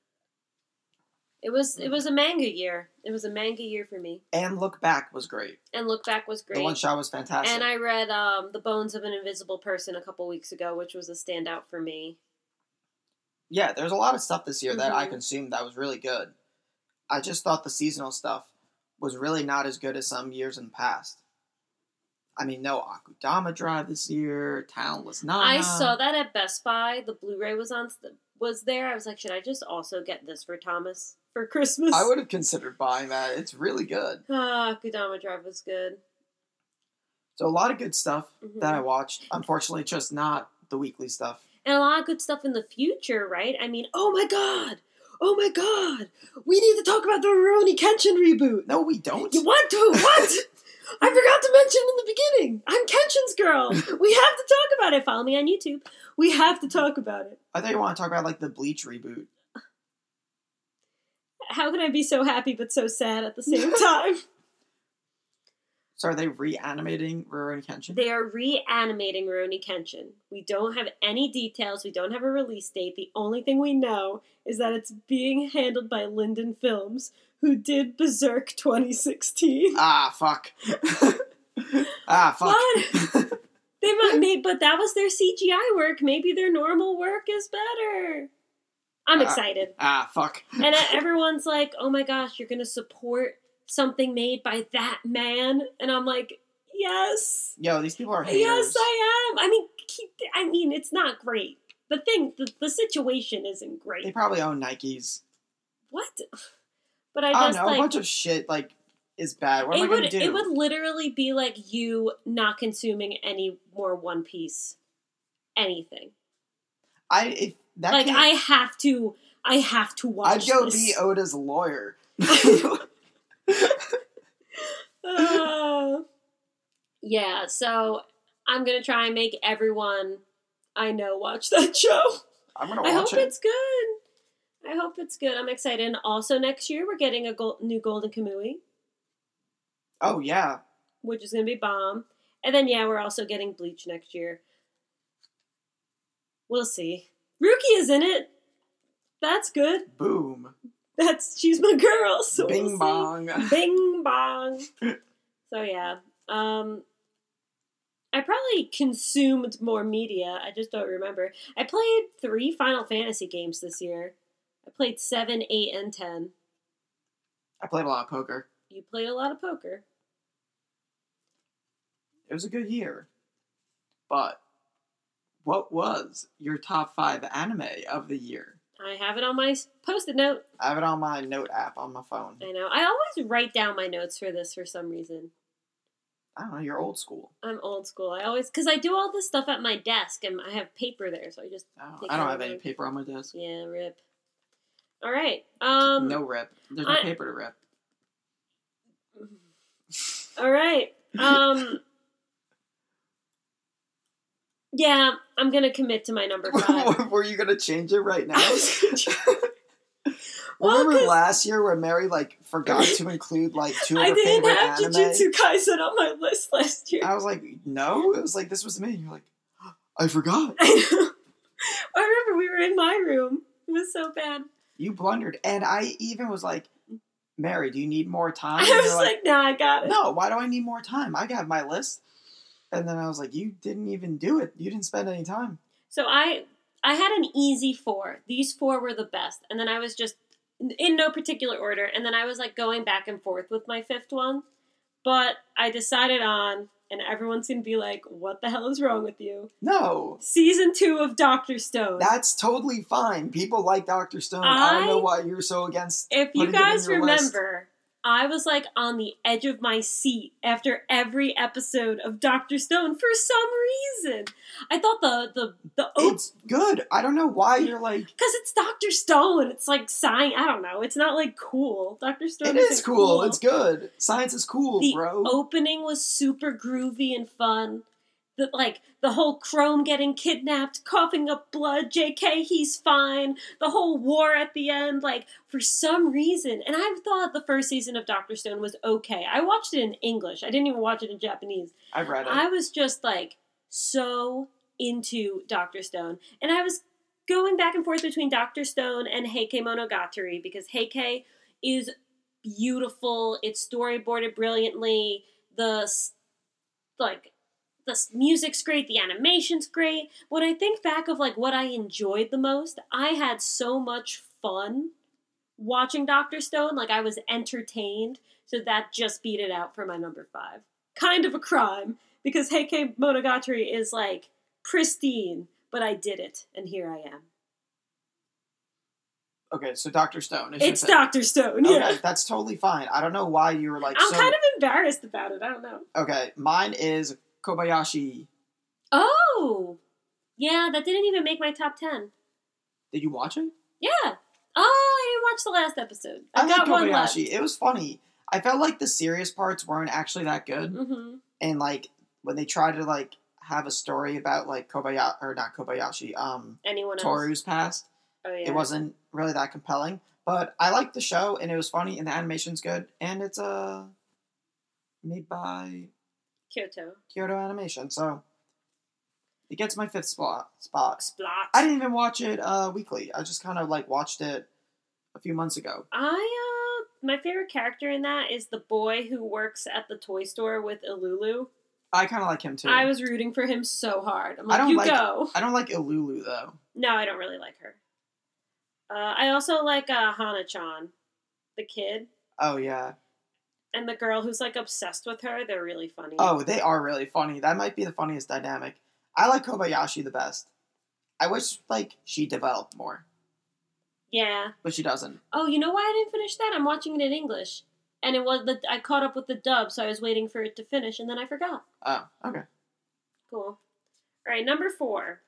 [SPEAKER 2] It was
[SPEAKER 1] Hmm.
[SPEAKER 2] it was a manga year. It was a manga year for me.
[SPEAKER 1] And Look Back was great.
[SPEAKER 2] And Look Back was
[SPEAKER 1] The one
[SPEAKER 2] great.
[SPEAKER 1] shot was fantastic.
[SPEAKER 2] And I read um, The Bones of an Invisible Person a couple weeks ago, which was a standout for me.
[SPEAKER 1] yeah, there's a lot of stuff this year that I
[SPEAKER 2] Mhm.
[SPEAKER 1] consumed that was really good. I just thought the seasonal stuff was really not as good as some years in the past. I mean, no Akudama Drive this year, Talentless Nana.
[SPEAKER 2] I saw that at Best Buy. The Blu-ray was on was there. I was like, should I just also get this for Thomas for Christmas?
[SPEAKER 1] I would have considered buying that. It's really good.
[SPEAKER 2] Ah, Kudama Drive was good.
[SPEAKER 1] So a lot of good stuff
[SPEAKER 2] Mhm.
[SPEAKER 1] that I watched. Unfortunately, just not the weekly stuff.
[SPEAKER 2] and a lot of good stuff in the future, right? I mean, oh my god, oh my god, we need to talk about the Rurouni Kenshin reboot.
[SPEAKER 1] No, we don't.
[SPEAKER 2] You want to? What? I forgot to mention in the beginning. I'm Kenshin's girl. We have to talk about it. Follow me on YouTube. We have to talk about it.
[SPEAKER 1] I thought you want to talk about like the Bleach reboot.
[SPEAKER 2] How can I be so happy but so sad at the same time?
[SPEAKER 1] So are they reanimating Rurouni Kenshin?
[SPEAKER 2] They are reanimating Rurouni Kenshin. We don't have any details. We don't have a release date. The only thing we know is that it's being handled by Linden Films, who did Berserk 2016.
[SPEAKER 1] ah, fuck. [LAUGHS] ah, fuck.
[SPEAKER 2] What? They might, may, but that was their CGI work. Maybe their normal work is better. I'm
[SPEAKER 1] Uh,
[SPEAKER 2] excited,
[SPEAKER 1] [LAUGHS] ah, fuck.
[SPEAKER 2] and uh, everyone's like, "Oh my gosh, you're gonna support something made by that man," and I'm like, Yes.
[SPEAKER 1] Yo, these people are haters.
[SPEAKER 2] Yes, I am. I mean, keep, I mean, it's not great. The thing, the, the situation isn't
[SPEAKER 1] They
[SPEAKER 2] great.
[SPEAKER 1] probably own Nikes.
[SPEAKER 2] What? [SIGHS] But I
[SPEAKER 1] I,
[SPEAKER 2] just
[SPEAKER 1] don't know. a
[SPEAKER 2] like
[SPEAKER 1] bunch of shit like is bad. What am I
[SPEAKER 2] it
[SPEAKER 1] gonna
[SPEAKER 2] would
[SPEAKER 1] do?
[SPEAKER 2] it would literally be like you not consuming any more One Piece anything.
[SPEAKER 1] I if that
[SPEAKER 2] like
[SPEAKER 1] can't-
[SPEAKER 2] I have to I have to watch.
[SPEAKER 1] I'd go
[SPEAKER 2] this.
[SPEAKER 1] be Oda's
[SPEAKER 2] [LAUGHS]
[SPEAKER 1] lawyer. [LAUGHS] [LAUGHS]
[SPEAKER 2] Uh, [SIGHS] yeah, so I'm gonna try and make everyone I know watch that [LAUGHS] show.
[SPEAKER 1] I'm gonna
[SPEAKER 2] I hope
[SPEAKER 1] watch it.
[SPEAKER 2] it's good. I hope it's good. I'm excited. And also next year we're getting a gold, new Golden Kamui,
[SPEAKER 1] Oh yeah,
[SPEAKER 2] which is gonna be bomb. And then yeah, we're also getting Bleach next year. We'll see. Ruki is in it. That's good.
[SPEAKER 1] boom,
[SPEAKER 2] That's she's my girl. So we'll see.
[SPEAKER 1] bing
[SPEAKER 2] [LAUGHS]
[SPEAKER 1] bong.
[SPEAKER 2] Bing bong. so yeah. Um I probably consumed more media. I just don't remember. I played three Final Fantasy games this year. I played seven, eight, and ten.
[SPEAKER 1] I played a lot of poker.
[SPEAKER 2] You played a lot of poker.
[SPEAKER 1] It was a good year, but what was your top five anime of the year?
[SPEAKER 2] I have it on my s- post-it note.
[SPEAKER 1] I have it on my note app on my phone.
[SPEAKER 2] I know. I always write down my notes for this for some reason.
[SPEAKER 1] I don't know. You're old school.
[SPEAKER 2] I'm old school. I always because I do all this stuff at my desk and I have paper there, so I just
[SPEAKER 1] I don't,
[SPEAKER 2] Think
[SPEAKER 1] I don't
[SPEAKER 2] I
[SPEAKER 1] have any
[SPEAKER 2] would.
[SPEAKER 1] paper on my desk.
[SPEAKER 2] yeah rip. All right. Um.
[SPEAKER 1] no rip. There's no
[SPEAKER 2] I-
[SPEAKER 1] paper to rip.
[SPEAKER 2] All right. Um. Yeah, I'm gonna commit to my number [LAUGHS]
[SPEAKER 1] [LAUGHS]
[SPEAKER 2] five.
[SPEAKER 1] Were you gonna change it right now?
[SPEAKER 2] I was gonna [LAUGHS] Well,
[SPEAKER 1] Remember
[SPEAKER 2] 'cause-
[SPEAKER 1] last year where Mary like forgot to include like two of
[SPEAKER 2] I
[SPEAKER 1] her
[SPEAKER 2] didn't
[SPEAKER 1] favorite
[SPEAKER 2] have
[SPEAKER 1] anime?
[SPEAKER 2] Jujutsu Kaisen on my list last year.
[SPEAKER 1] I was like, no. It was like this was me. You're like, I forgot.
[SPEAKER 2] [LAUGHS] I know. I remember we were in my room. It was so bad.
[SPEAKER 1] You blundered, and I even was like, Mary, do you need more time?
[SPEAKER 2] I
[SPEAKER 1] And you're
[SPEAKER 2] was like, nah, I got it.
[SPEAKER 1] no. Why do I need more time? I got my list. And then I was like, you didn't even do it. You didn't spend any time.
[SPEAKER 2] So I I had an easy four. These four were the best, and then I was just in no particular order, and then I was like going back and forth with my fifth one, but I decided on, and everyone's gonna be like, "What the hell is wrong with you?"
[SPEAKER 1] No.
[SPEAKER 2] Season two of Doctor Stone.
[SPEAKER 1] That's totally fine. People like Doctor Stone. I, don't
[SPEAKER 2] I-
[SPEAKER 1] know why you're so against.
[SPEAKER 2] if you
[SPEAKER 1] putting it in
[SPEAKER 2] guys
[SPEAKER 1] your list.
[SPEAKER 2] remember. I was like on the edge of my seat after every episode of Doctor Stone for some reason. I thought the the the op-
[SPEAKER 1] It's good. I don't know why you're like.
[SPEAKER 2] Because it's Dr. Stone. It's like science. I don't know. It's not like cool. Dr. Stone
[SPEAKER 1] It is
[SPEAKER 2] isn't
[SPEAKER 1] cool. It's good. Science is cool,
[SPEAKER 2] The
[SPEAKER 1] bro.
[SPEAKER 2] opening was super groovy and fun. The, like the whole Chrome getting kidnapped, coughing up blood, JK, he's fine. The whole war at the end, like for some reason. And I thought the first season of Doctor Stone was okay. I watched it in English, I didn't even watch it in Japanese.
[SPEAKER 1] I read it.
[SPEAKER 2] I was just like so into Doctor Stone, and I was going back and forth between Doctor Stone and Heike Monogatari because Heike is beautiful. It's storyboarded brilliantly. The s- like the s- music's great. The animation's great. When I think back of like what I enjoyed the most, I had so much fun watching Doctor Stone. Like I was entertained. So that just beat it out for my number five. Kind of a crime because Heike Monogatari is like pristine, but I did it, and here I
[SPEAKER 1] [LAUGHS]
[SPEAKER 2] am.
[SPEAKER 1] okay, so Doctor Stone. Is your
[SPEAKER 2] It's
[SPEAKER 1] thing.
[SPEAKER 2] Doctor Stone.
[SPEAKER 1] Okay, [LAUGHS]
[SPEAKER 2] Yeah,
[SPEAKER 1] that's totally fine. I don't know why you were like
[SPEAKER 2] I'm
[SPEAKER 1] so.
[SPEAKER 2] kind of embarrassed about it. I don't know.
[SPEAKER 1] okay, mine is Kobayashi.
[SPEAKER 2] Oh, yeah, that didn't even make my top ten.
[SPEAKER 1] Did you watch it?
[SPEAKER 2] Yeah. Oh, I didn't watch the last episode. I,
[SPEAKER 1] like
[SPEAKER 2] got one left.
[SPEAKER 1] It was funny. I felt like the serious parts weren't actually that good,
[SPEAKER 2] hmm
[SPEAKER 1] and like when they tried to like have a story about like Kobayashi or not Kobayashi, um,
[SPEAKER 2] Anyone else?
[SPEAKER 1] Toru's past,
[SPEAKER 2] Oh yeah.
[SPEAKER 1] it wasn't really that compelling. But I liked the show, and it was funny, and the animation's good, and it's uh made by
[SPEAKER 2] Kyoto.
[SPEAKER 1] Kyoto Animation, so it gets my fifth spot. Spot.
[SPEAKER 2] Splot.
[SPEAKER 1] I didn't even watch it uh, weekly. I just kind of like watched it a few months ago.
[SPEAKER 2] I uh, my favorite character in that is the boy who works at the toy store with Ilulu.
[SPEAKER 1] I kind of like him too.
[SPEAKER 2] I was rooting for him so hard. I'm
[SPEAKER 1] I
[SPEAKER 2] like,
[SPEAKER 1] don't
[SPEAKER 2] you
[SPEAKER 1] like-
[SPEAKER 2] go.
[SPEAKER 1] I don't like Ilulu though.
[SPEAKER 2] No, I don't really like her. Uh, I also like uh, Hana-chan, the kid.
[SPEAKER 1] Oh yeah,
[SPEAKER 2] and the girl who's like obsessed with her, they're really funny.
[SPEAKER 1] Oh, they are really funny. That might be the funniest dynamic. I like Kobayashi the best. I wish like she developed more,
[SPEAKER 2] Yeah.
[SPEAKER 1] but she doesn't.
[SPEAKER 2] Oh, you know why I didn't finish that? I'm watching it in English. And it was the I caught up with the dub, so I was waiting for it to finish and then I forgot.
[SPEAKER 1] Oh, okay.
[SPEAKER 2] Cool. All right, number 4.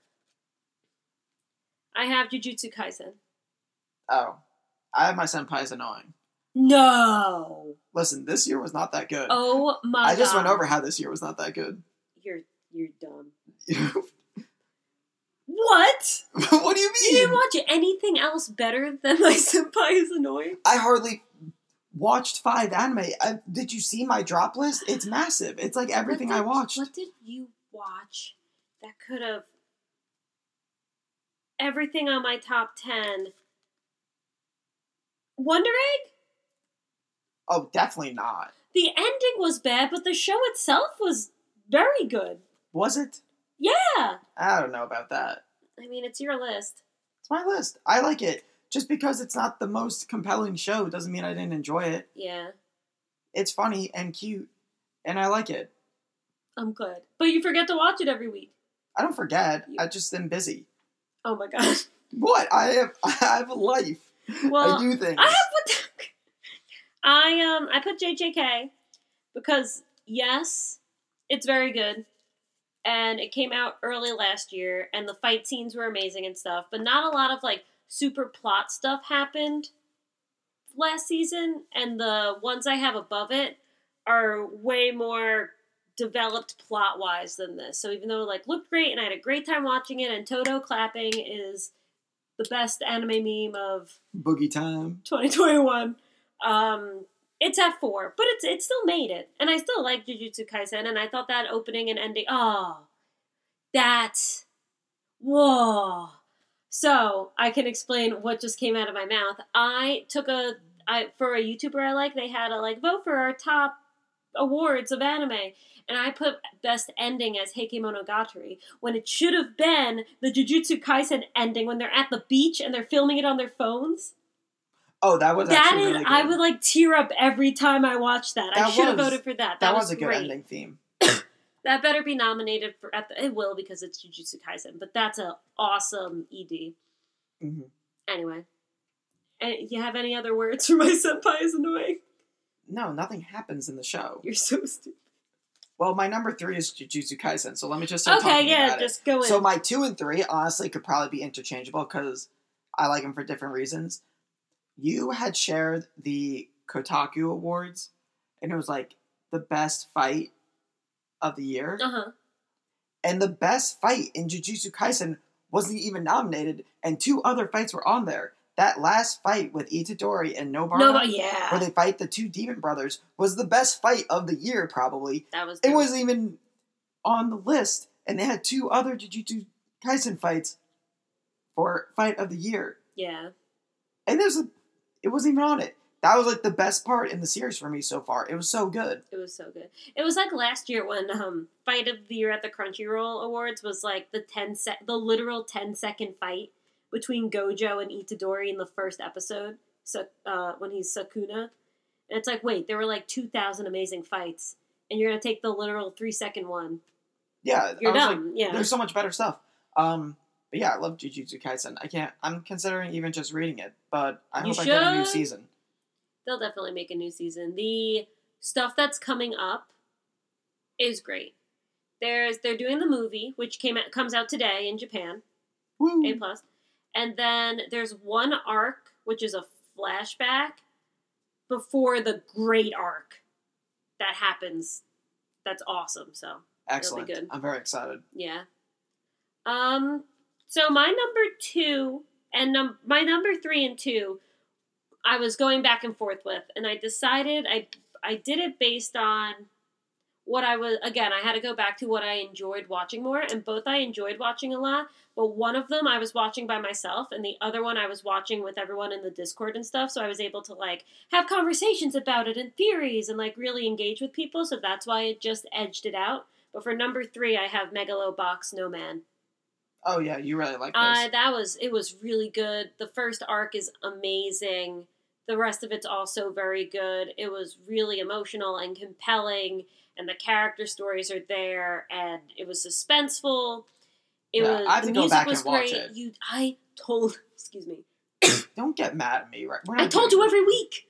[SPEAKER 2] I have Jujutsu Kaisen.
[SPEAKER 1] Oh, I have my senpai's annoying.
[SPEAKER 2] No.
[SPEAKER 1] Listen, this year was not that good.
[SPEAKER 2] Oh my
[SPEAKER 1] I just
[SPEAKER 2] God.
[SPEAKER 1] went over how this year was not that good. [LAUGHS]
[SPEAKER 2] You're you're dumb. What?
[SPEAKER 1] what do you
[SPEAKER 2] You
[SPEAKER 1] mean?
[SPEAKER 2] didn't watch anything else better than my [LAUGHS] senpai is annoying?
[SPEAKER 1] I hardly watched five anime. I, did you see my drop list? It's massive. It's like everything
[SPEAKER 2] What
[SPEAKER 1] I
[SPEAKER 2] did-
[SPEAKER 1] watched.
[SPEAKER 2] What did you watch that could have everything on my top ten? Wonder Egg?
[SPEAKER 1] Oh, definitely not.
[SPEAKER 2] The ending was bad, but the show itself was very good.
[SPEAKER 1] Was it?
[SPEAKER 2] Yeah.
[SPEAKER 1] I don't know about that.
[SPEAKER 2] I mean, it's your list.
[SPEAKER 1] It's my list. I like it. Just because it's not the most compelling show doesn't mean I didn't enjoy it.
[SPEAKER 2] Yeah.
[SPEAKER 1] It's funny and cute, and I like it.
[SPEAKER 2] I'm glad. But you forget to watch it every week.
[SPEAKER 1] I don't forget. I just am busy.
[SPEAKER 2] Oh my gosh.
[SPEAKER 1] What? I have [LAUGHS] I have a life. [LAUGHS] I
[SPEAKER 2] Well,
[SPEAKER 1] do things.
[SPEAKER 2] I have put I um I put JJK because yes, it's very good. And it came out early last year and the fight scenes were amazing and stuff, but not a lot of like super plot stuff happened last season and the ones I have above it are way more developed plot wise than this. So even though it like looked great and I had a great time watching it and Toto clapping is the best anime meme of
[SPEAKER 1] Boogie time.
[SPEAKER 2] 2021. Um, it's at four, but it's it still made it, and I still like Jujutsu Kaisen, and I thought that opening and ending. Oh, that's whoa. So I can explain what just came out of my mouth. I took a I for a YouTuber I like. They had a like vote for our top awards of anime. And I put best ending as Heike Monogatari when it should have been the Jujutsu Kaisen ending when they're at the beach and they're filming it on their phones.
[SPEAKER 1] Oh, that was
[SPEAKER 2] That
[SPEAKER 1] actually
[SPEAKER 2] is,
[SPEAKER 1] really good.
[SPEAKER 2] I would like tear up every time I watch that. I
[SPEAKER 1] That
[SPEAKER 2] should have
[SPEAKER 1] was-
[SPEAKER 2] voted for that. That,
[SPEAKER 1] that
[SPEAKER 2] was,
[SPEAKER 1] was a good
[SPEAKER 2] great.
[SPEAKER 1] ending theme.
[SPEAKER 2] That better be nominated for at the. It will because it's Jujutsu Kaisen, but that's an awesome ED.
[SPEAKER 1] hmm
[SPEAKER 2] Anyway, and you have any other words for my [LAUGHS] senpai is annoying?
[SPEAKER 1] No, nothing happens in the show.
[SPEAKER 2] You're so stupid.
[SPEAKER 1] Well, my number three is Jujutsu Kaisen, so let me just start
[SPEAKER 2] okay,
[SPEAKER 1] talking
[SPEAKER 2] yeah,
[SPEAKER 1] about it.
[SPEAKER 2] just go in.
[SPEAKER 1] So my two and three honestly could probably be interchangeable because I like them for different reasons. You had shared the Kotaku Awards, and it was like the best fight of the year,
[SPEAKER 2] uh huh.
[SPEAKER 1] and the best fight in Jujutsu Kaisen wasn't even nominated, and two other fights were on there. That last fight with Itadori and Nobara,
[SPEAKER 2] No, but
[SPEAKER 1] where
[SPEAKER 2] yeah,
[SPEAKER 1] they fight the two demon brothers, was the best fight of the year probably,
[SPEAKER 2] that was.
[SPEAKER 1] it
[SPEAKER 2] good.
[SPEAKER 1] wasn't even on the list, and they had two other Jujutsu Kaisen fights for fight of the year,
[SPEAKER 2] Yeah,
[SPEAKER 1] and there's a, it wasn't even on it. That was like the best part in the series for me so far. It was so good.
[SPEAKER 2] it was so good. It was like last year when um fight of the year at the Crunchyroll Awards was like the ten sec, the literal 10 second fight between Gojo and Itadori in the first episode. So uh, when he's Sakuna, and it's like, wait, there were like two thousand amazing fights, and you're gonna take the literal three second one.
[SPEAKER 1] Yeah,
[SPEAKER 2] You're
[SPEAKER 1] I was
[SPEAKER 2] dumb.
[SPEAKER 1] like,
[SPEAKER 2] yeah,
[SPEAKER 1] there's so much better stuff. Um, but yeah, I love Jujutsu Kaisen. I can't. I'm considering even just reading it, but I
[SPEAKER 2] You
[SPEAKER 1] hope I get a new
[SPEAKER 2] should.
[SPEAKER 1] season.
[SPEAKER 2] they'll definitely make a new season. The stuff that's coming up is great. There's they're doing the movie, which came out, comes out today in Japan.
[SPEAKER 1] Woo!
[SPEAKER 2] A plus. And then there's one arc which is a flashback before the great arc that happens. That's awesome. So
[SPEAKER 1] Excellent.
[SPEAKER 2] good.
[SPEAKER 1] I'm very excited.
[SPEAKER 2] yeah. Um. So my number two and num- my number three and two, I was going back and forth with, and I decided I I did it based on what I was again. I had to go back to what I enjoyed watching more, and both I enjoyed watching a lot. But one of them I was watching by myself, and the other one I was watching with everyone in the Discord and stuff. So I was able to like have conversations about it and theories, and like really engage with people. So that's why it just edged it out. But for number three, I have Megalobox No Man.
[SPEAKER 1] Oh yeah, you really like this.
[SPEAKER 2] Uh, that was it was really good. The first arc is amazing. The rest of it's also very good. It was really emotional and compelling, and the character stories are there, and it was suspenseful. It
[SPEAKER 1] Yeah,
[SPEAKER 2] was
[SPEAKER 1] I have
[SPEAKER 2] the
[SPEAKER 1] to go
[SPEAKER 2] music
[SPEAKER 1] back
[SPEAKER 2] was
[SPEAKER 1] and watch
[SPEAKER 2] great.
[SPEAKER 1] it.
[SPEAKER 2] You, I told, [LAUGHS] excuse me,
[SPEAKER 1] Don't get mad at me, right? We're
[SPEAKER 2] I
[SPEAKER 1] not
[SPEAKER 2] told
[SPEAKER 1] doing
[SPEAKER 2] you
[SPEAKER 1] this.
[SPEAKER 2] every
[SPEAKER 1] [LAUGHS]
[SPEAKER 2] week.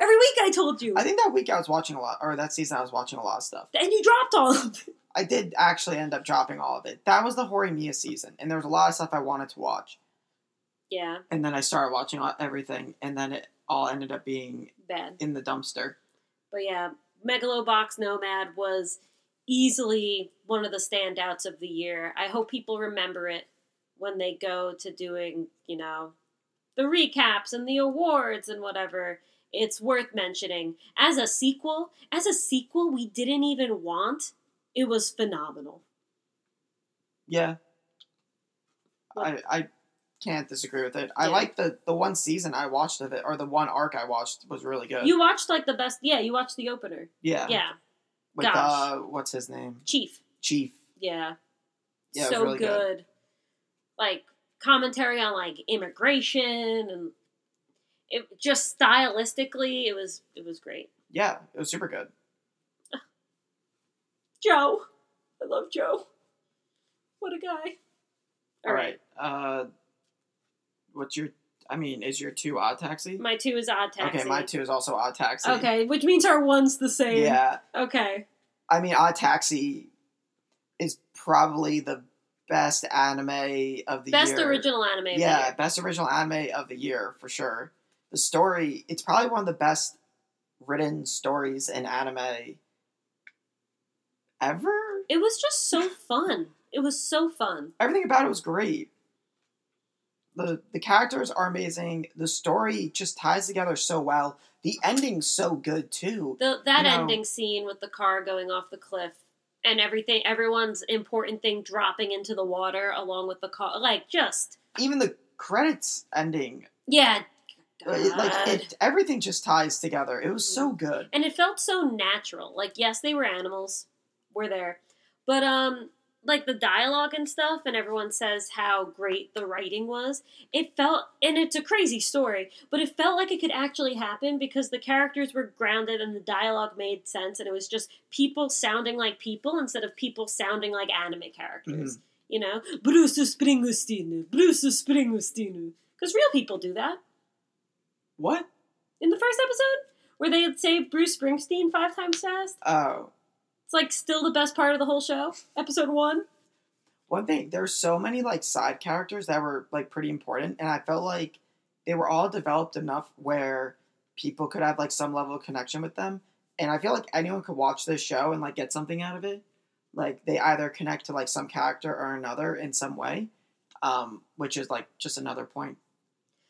[SPEAKER 2] Every week I told you,
[SPEAKER 1] I think that week I was watching a lot, or that season I was watching a lot of stuff.
[SPEAKER 2] and you dropped all of it.
[SPEAKER 1] I did actually end up dropping all of it. That was the Hori Mia season, and there was a lot of stuff I wanted to watch.
[SPEAKER 2] Yeah,
[SPEAKER 1] And then I started watching all- everything, and then it all ended up being
[SPEAKER 2] bad.
[SPEAKER 1] in the dumpster.
[SPEAKER 2] But yeah, Megalobox Nomad was easily one of the standouts of the year. I hope people remember it when they go to doing, you know, the recaps and the awards and whatever. It's worth mentioning. As a sequel, as a sequel we didn't even want, it was phenomenal.
[SPEAKER 1] Yeah. I,
[SPEAKER 2] What-
[SPEAKER 1] I can't disagree with it. I
[SPEAKER 2] Yeah.
[SPEAKER 1] like the, the one season I watched of it, or the one arc I watched was really good.
[SPEAKER 2] You watched like the best yeah, you watched the opener.
[SPEAKER 1] yeah.
[SPEAKER 2] Yeah.
[SPEAKER 1] With,
[SPEAKER 2] gosh.
[SPEAKER 1] uh, what's his name?
[SPEAKER 2] Chief.
[SPEAKER 1] Chief.
[SPEAKER 2] Yeah.
[SPEAKER 1] Yeah, it was
[SPEAKER 2] so
[SPEAKER 1] really
[SPEAKER 2] good.
[SPEAKER 1] good.
[SPEAKER 2] Like commentary on like immigration and it just stylistically it was it was great.
[SPEAKER 1] Yeah, it was super good.
[SPEAKER 2] Joe. I love Joe. What a guy.
[SPEAKER 1] All right. Uh, what's your? I mean, is your two odd taxi?
[SPEAKER 2] My two is odd taxi.
[SPEAKER 1] Okay, my two is also odd taxi.
[SPEAKER 2] Okay, which means our one's the same.
[SPEAKER 1] Yeah,
[SPEAKER 2] Okay.
[SPEAKER 1] I mean, odd taxi is probably the best anime of the
[SPEAKER 2] Best
[SPEAKER 1] year.
[SPEAKER 2] original anime. of the
[SPEAKER 1] Yeah,
[SPEAKER 2] year.
[SPEAKER 1] best original anime of the year for sure. The story, it's probably one of the best written stories in anime ever.
[SPEAKER 2] It was just so fun. It was so fun.
[SPEAKER 1] everything about it was great. The the characters are amazing. The story just ties together so well. The ending's so good too.
[SPEAKER 2] The,
[SPEAKER 1] You
[SPEAKER 2] that
[SPEAKER 1] know-
[SPEAKER 2] ending scene with the car going off the cliff and everything, everyone's important thing dropping into the water along with the car, like just
[SPEAKER 1] Even the credits ending,
[SPEAKER 2] yeah,
[SPEAKER 1] uh, it- like
[SPEAKER 2] God.
[SPEAKER 1] it, everything just ties together. It was so good.
[SPEAKER 2] and it felt so natural. Like yes, they were animals, we're there, but um, like the dialogue and stuff, and everyone says how great the writing was. It felt, and it's a crazy story, but it felt like it could actually happen because the characters were grounded and the dialogue made sense, and it was just people sounding like people instead of people sounding like anime characters. You know, Bruce Springsteen, Bruce Springsteen, because real people do that
[SPEAKER 1] What?
[SPEAKER 2] in the first episode where they say Bruce Springsteen five times fast.
[SPEAKER 1] Oh,
[SPEAKER 2] It's like still the best part of the whole show. Episode one.
[SPEAKER 1] one thing. There's so many like side characters that were like pretty important, and I felt like they were all developed enough where people could have like some level of connection with them. And I feel like anyone could watch this show and like get something out of it. Like they either connect to like some character or another in some way, um, which is like just another point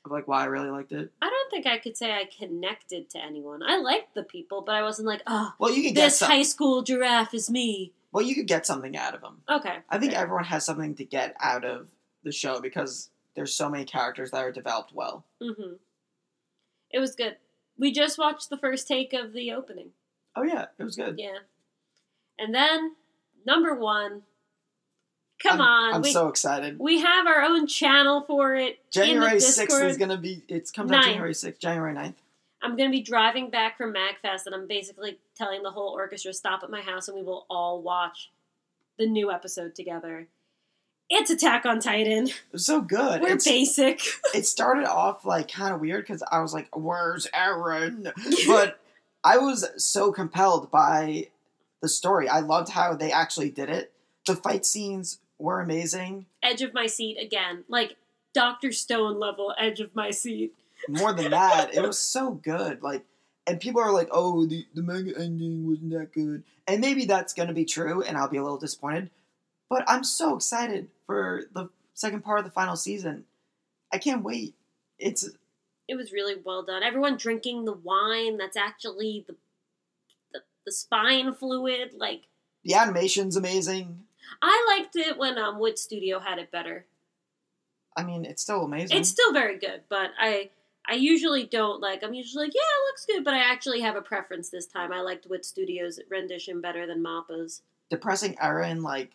[SPEAKER 1] of like why I really liked it.
[SPEAKER 2] I don't think I could say I connected to anyone. I liked the people, but I wasn't like, oh,
[SPEAKER 1] Well, you could get
[SPEAKER 2] this
[SPEAKER 1] some,
[SPEAKER 2] high school giraffe is me.
[SPEAKER 1] well you could get something out of them.
[SPEAKER 2] Okay.
[SPEAKER 1] I think
[SPEAKER 2] fair.
[SPEAKER 1] everyone has something to get out of the show because there's so many characters that are developed well.
[SPEAKER 2] Mhm. It was good. We just watched the first take of the opening.
[SPEAKER 1] Oh yeah, it was good.
[SPEAKER 2] Yeah. And then number one. Come
[SPEAKER 1] I'm-
[SPEAKER 2] on.
[SPEAKER 1] I'm
[SPEAKER 2] we,
[SPEAKER 1] so excited.
[SPEAKER 2] we have our own channel for it. in
[SPEAKER 1] January
[SPEAKER 2] the
[SPEAKER 1] sixth
[SPEAKER 2] Discord.
[SPEAKER 1] is gonna be. It's comes out
[SPEAKER 2] Ninth.
[SPEAKER 1] January sixth, January 9th.
[SPEAKER 2] I'm gonna be driving back from Magfest, and I'm basically telling the whole orchestra stop at my house, and we will all watch the new episode together. It's Attack on Titan.
[SPEAKER 1] It was so good.
[SPEAKER 2] We're
[SPEAKER 1] It's-
[SPEAKER 2] basic.
[SPEAKER 1] it started off like kind of weird because I was like, "Where's Aaron?"
[SPEAKER 2] [LAUGHS]
[SPEAKER 1] But I was so compelled by the story. I loved how they actually did it. The fight scenes were amazing,
[SPEAKER 2] edge of my seat again, like Doctor Stone level edge of my seat.
[SPEAKER 1] more than that, it was so good. Like, and people are like, "Oh, the, the mega ending wasn't that good," and maybe that's gonna be true, and I'll be a little disappointed. But I'm so excited for the second part of the final season. I can't wait. It's
[SPEAKER 2] It was really well done. Everyone drinking the wine that's actually the the, the spine fluid. Like
[SPEAKER 1] the animation's amazing.
[SPEAKER 2] I liked it when um, Wood Studio had it better.
[SPEAKER 1] I mean, it's still amazing.
[SPEAKER 2] It's still very good, but I I usually don't like. I'm usually like, yeah, it looks good, but I actually have a preference this time. I liked Wit Studios' rendition better than Mappa's.
[SPEAKER 1] depressing Aaron like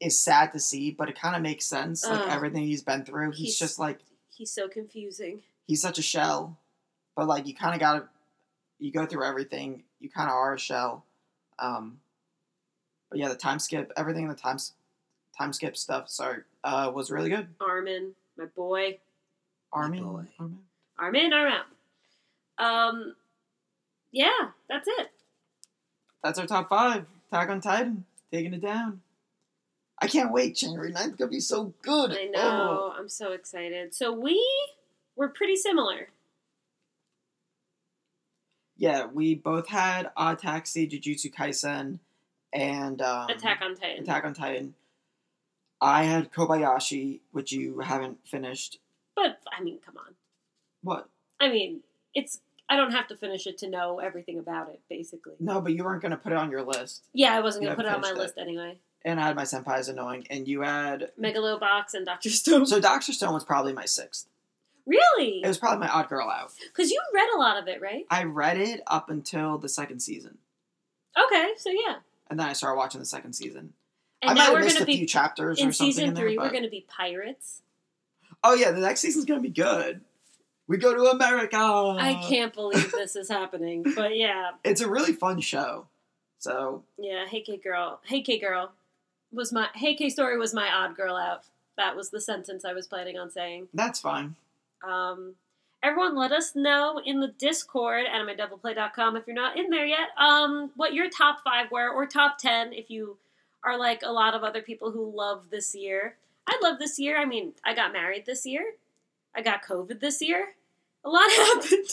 [SPEAKER 1] is sad to see, but it kind of makes sense. Like
[SPEAKER 2] Ugh.
[SPEAKER 1] everything he's been through, he's,
[SPEAKER 2] He's-
[SPEAKER 1] just like
[SPEAKER 2] He's so confusing.
[SPEAKER 1] he's such a shell. but like you kind of gotta you go through everything you kind of are a shell um but yeah the time skip everything in the time s- time skip stuff sorry uh was really good
[SPEAKER 2] Armin, my boy.
[SPEAKER 1] army
[SPEAKER 3] boy.
[SPEAKER 1] Army?
[SPEAKER 2] Armin, Armin. Um, yeah, that's it.
[SPEAKER 1] that's our top five attack on titan taking it down i can't wait january 9th gonna be so good
[SPEAKER 2] I
[SPEAKER 1] Oh.
[SPEAKER 2] know. I'm so excited. So we were pretty similar.
[SPEAKER 1] yeah we both had uh taxi jujutsu kaisen and um
[SPEAKER 2] Attack on Titan.
[SPEAKER 1] attack on titan i had kobayashi which you haven't finished
[SPEAKER 2] But I mean, come on.
[SPEAKER 1] what
[SPEAKER 2] I mean, it's I don't have to finish it to know everything about it, basically.
[SPEAKER 1] No, but you weren't going to put it on your list.
[SPEAKER 2] Yeah, I wasn't
[SPEAKER 1] Mm. You
[SPEAKER 2] gonna put it
[SPEAKER 1] haven't
[SPEAKER 2] on my
[SPEAKER 1] finished
[SPEAKER 2] list anyway.
[SPEAKER 1] And I had my senpai is annoying, and you had.
[SPEAKER 2] Megalobox and Doctor [LAUGHS] Stone.
[SPEAKER 1] So Doctor Stone was probably my sixth.
[SPEAKER 2] really?
[SPEAKER 1] It was probably my odd girl out.
[SPEAKER 2] Because you read a lot of it, right?
[SPEAKER 1] I read it up until the second season,
[SPEAKER 2] Okay, so yeah.
[SPEAKER 1] and then I started watching the second season.
[SPEAKER 2] And
[SPEAKER 1] I might
[SPEAKER 2] now
[SPEAKER 1] have
[SPEAKER 2] we're
[SPEAKER 1] missed
[SPEAKER 2] gonna
[SPEAKER 1] a
[SPEAKER 2] be
[SPEAKER 1] few chapters or
[SPEAKER 2] in
[SPEAKER 1] something.
[SPEAKER 2] season
[SPEAKER 1] in there,
[SPEAKER 2] three. We're
[SPEAKER 1] but-
[SPEAKER 2] gonna be pirates.
[SPEAKER 1] Oh yeah, the next season's gonna be good. We go to America.
[SPEAKER 2] I can't believe this is happening, but yeah,
[SPEAKER 1] It's a really fun show. So
[SPEAKER 2] yeah. Hey K girl, hey K girl, was my hey K story was my odd girl out. That was the sentence I was planning on saying.
[SPEAKER 1] that's fine.
[SPEAKER 2] Um, everyone, let us know in the Discord, animedoubbleplay.com, if you're not in there yet, um, what your top five were, or top ten if you are like a lot of other people who love this year. I love this year. I mean, I got married this year. I got COVID this year. A lot [LAUGHS] happened.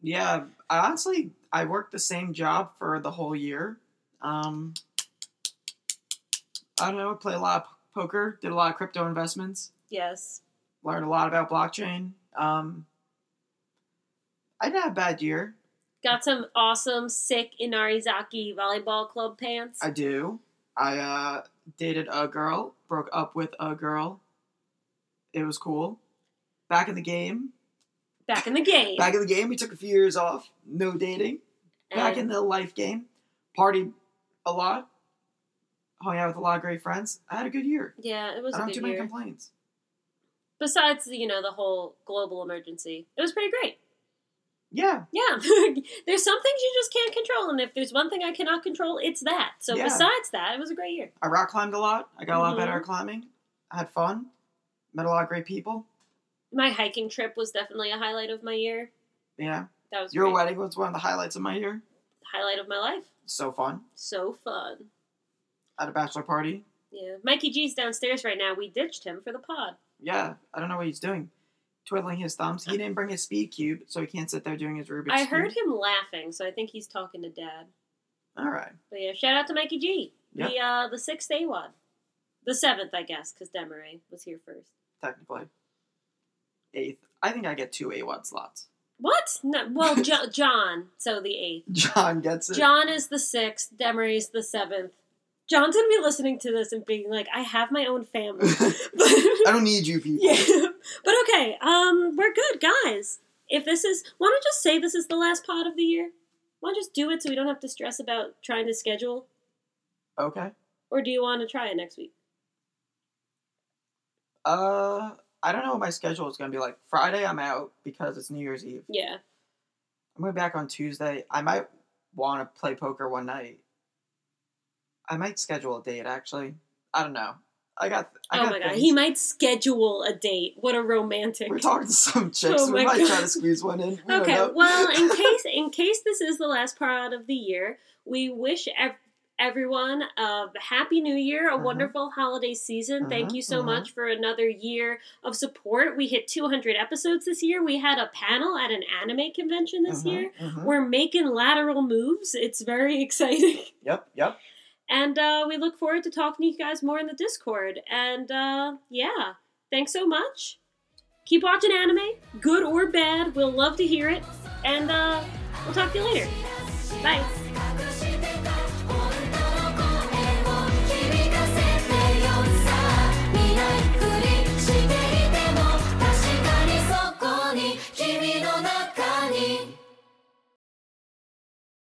[SPEAKER 1] Yeah, I honestly, I worked the same job for the whole year. Um, I don't know, play a lot of poker, did a lot of crypto investments,
[SPEAKER 2] Yes.
[SPEAKER 1] learned a lot about blockchain. Um, I didn't have a bad year.
[SPEAKER 2] Got some awesome, sick Inarizaki volleyball club pants.
[SPEAKER 1] I do. I uh, dated a girl, broke up with a girl. It was cool. Back in the game.
[SPEAKER 2] Back in the game.
[SPEAKER 1] Back in the game, we took a few years off. No dating. Back in
[SPEAKER 2] And
[SPEAKER 1] the life game. Partied a lot. Hung out with a lot of great friends. I had a good year.
[SPEAKER 2] yeah, it was
[SPEAKER 1] I
[SPEAKER 2] a
[SPEAKER 1] don't have too
[SPEAKER 2] good
[SPEAKER 1] many
[SPEAKER 2] year.
[SPEAKER 1] complaints.
[SPEAKER 2] Besides, you know, the whole global emergency, it was pretty great.
[SPEAKER 1] Yeah.
[SPEAKER 2] Yeah, [LAUGHS] there's some things you just can't control, and if there's one thing I cannot control, it's that. So
[SPEAKER 1] Yeah.
[SPEAKER 2] besides that, it was a great year.
[SPEAKER 1] I rock climbed a lot. I got a lot
[SPEAKER 2] Mhm.
[SPEAKER 1] better at climbing. I had fun. Met a lot of great people.
[SPEAKER 2] My hiking trip was definitely a highlight of my year.
[SPEAKER 1] Yeah.
[SPEAKER 2] That was
[SPEAKER 1] Your
[SPEAKER 2] great.
[SPEAKER 1] wedding was one of the highlights of my year.
[SPEAKER 2] highlight of my life.
[SPEAKER 1] So fun.
[SPEAKER 2] So fun.
[SPEAKER 1] At a bachelor party.
[SPEAKER 2] Yeah, Mikey G's downstairs right now. We ditched him for the pod.
[SPEAKER 1] Yeah. I don't know what he's doing. Twiddling his thumbs. He didn't bring his speed cube, so he can't sit there doing his Rubik's
[SPEAKER 2] I heard
[SPEAKER 1] Cube.
[SPEAKER 2] him laughing, so I think he's talking to Dad.
[SPEAKER 1] All right.
[SPEAKER 2] But yeah, shout out to Mikey G, the uh, the sixth AWOD, the seventh, I guess, because Demeray was here first.
[SPEAKER 1] Technically. Eighth. I think I get two AWOD slots. [LAUGHS]
[SPEAKER 2] What? No, well, jo- John, so the eighth.
[SPEAKER 1] John gets it.
[SPEAKER 2] John is the sixth. Demery's the seventh. John's gonna be listening to this and being like, "I have my own
[SPEAKER 1] [LAUGHS]
[SPEAKER 2] family." [LAUGHS] but,
[SPEAKER 1] I don't need you people.
[SPEAKER 2] yeah, but okay. Um, we're good, guys. If this is, why don't you just say this is the last pod of the year? Why don't you just do it so we don't have to stress about trying to schedule?
[SPEAKER 1] Okay.
[SPEAKER 2] Or do you want to try it next week?
[SPEAKER 1] Uh, I don't know what my schedule is going to be like. Friday, I'm out because it's New Year's Eve.
[SPEAKER 2] Yeah,
[SPEAKER 1] I'm going back on Tuesday. I might want to play poker one night. I might schedule a date actually. I don't know. I got. I
[SPEAKER 2] oh
[SPEAKER 1] got
[SPEAKER 2] my god,
[SPEAKER 1] things.
[SPEAKER 2] he might schedule a date. What a romantic.
[SPEAKER 1] We're talking to some chicks.
[SPEAKER 2] Oh
[SPEAKER 1] we
[SPEAKER 2] my
[SPEAKER 1] might try
[SPEAKER 2] God.
[SPEAKER 1] to squeeze one in. We
[SPEAKER 2] Okay,
[SPEAKER 1] Don't know.
[SPEAKER 2] well,
[SPEAKER 1] [LAUGHS]
[SPEAKER 2] in case in case this is the last part of the year, we wish ev- everyone a happy new year, a
[SPEAKER 1] Mhm.
[SPEAKER 2] wonderful holiday season. Thank
[SPEAKER 1] Mhm,
[SPEAKER 2] you so
[SPEAKER 1] mhm.
[SPEAKER 2] much for another year of support. We hit 200 episodes this year. We had a panel at an anime convention
[SPEAKER 1] [LAUGHS]
[SPEAKER 2] this
[SPEAKER 1] Mhm,
[SPEAKER 2] year.
[SPEAKER 1] mhm.
[SPEAKER 2] We're making lateral moves. It's very [LAUGHS] exciting.
[SPEAKER 1] Yep. Yep.
[SPEAKER 2] And uh, we look forward to talking to you guys more in the Discord. And uh, yeah, thanks so much. Keep watching anime, good or bad. We'll love to hear it. And uh, we'll talk to you later. Bye.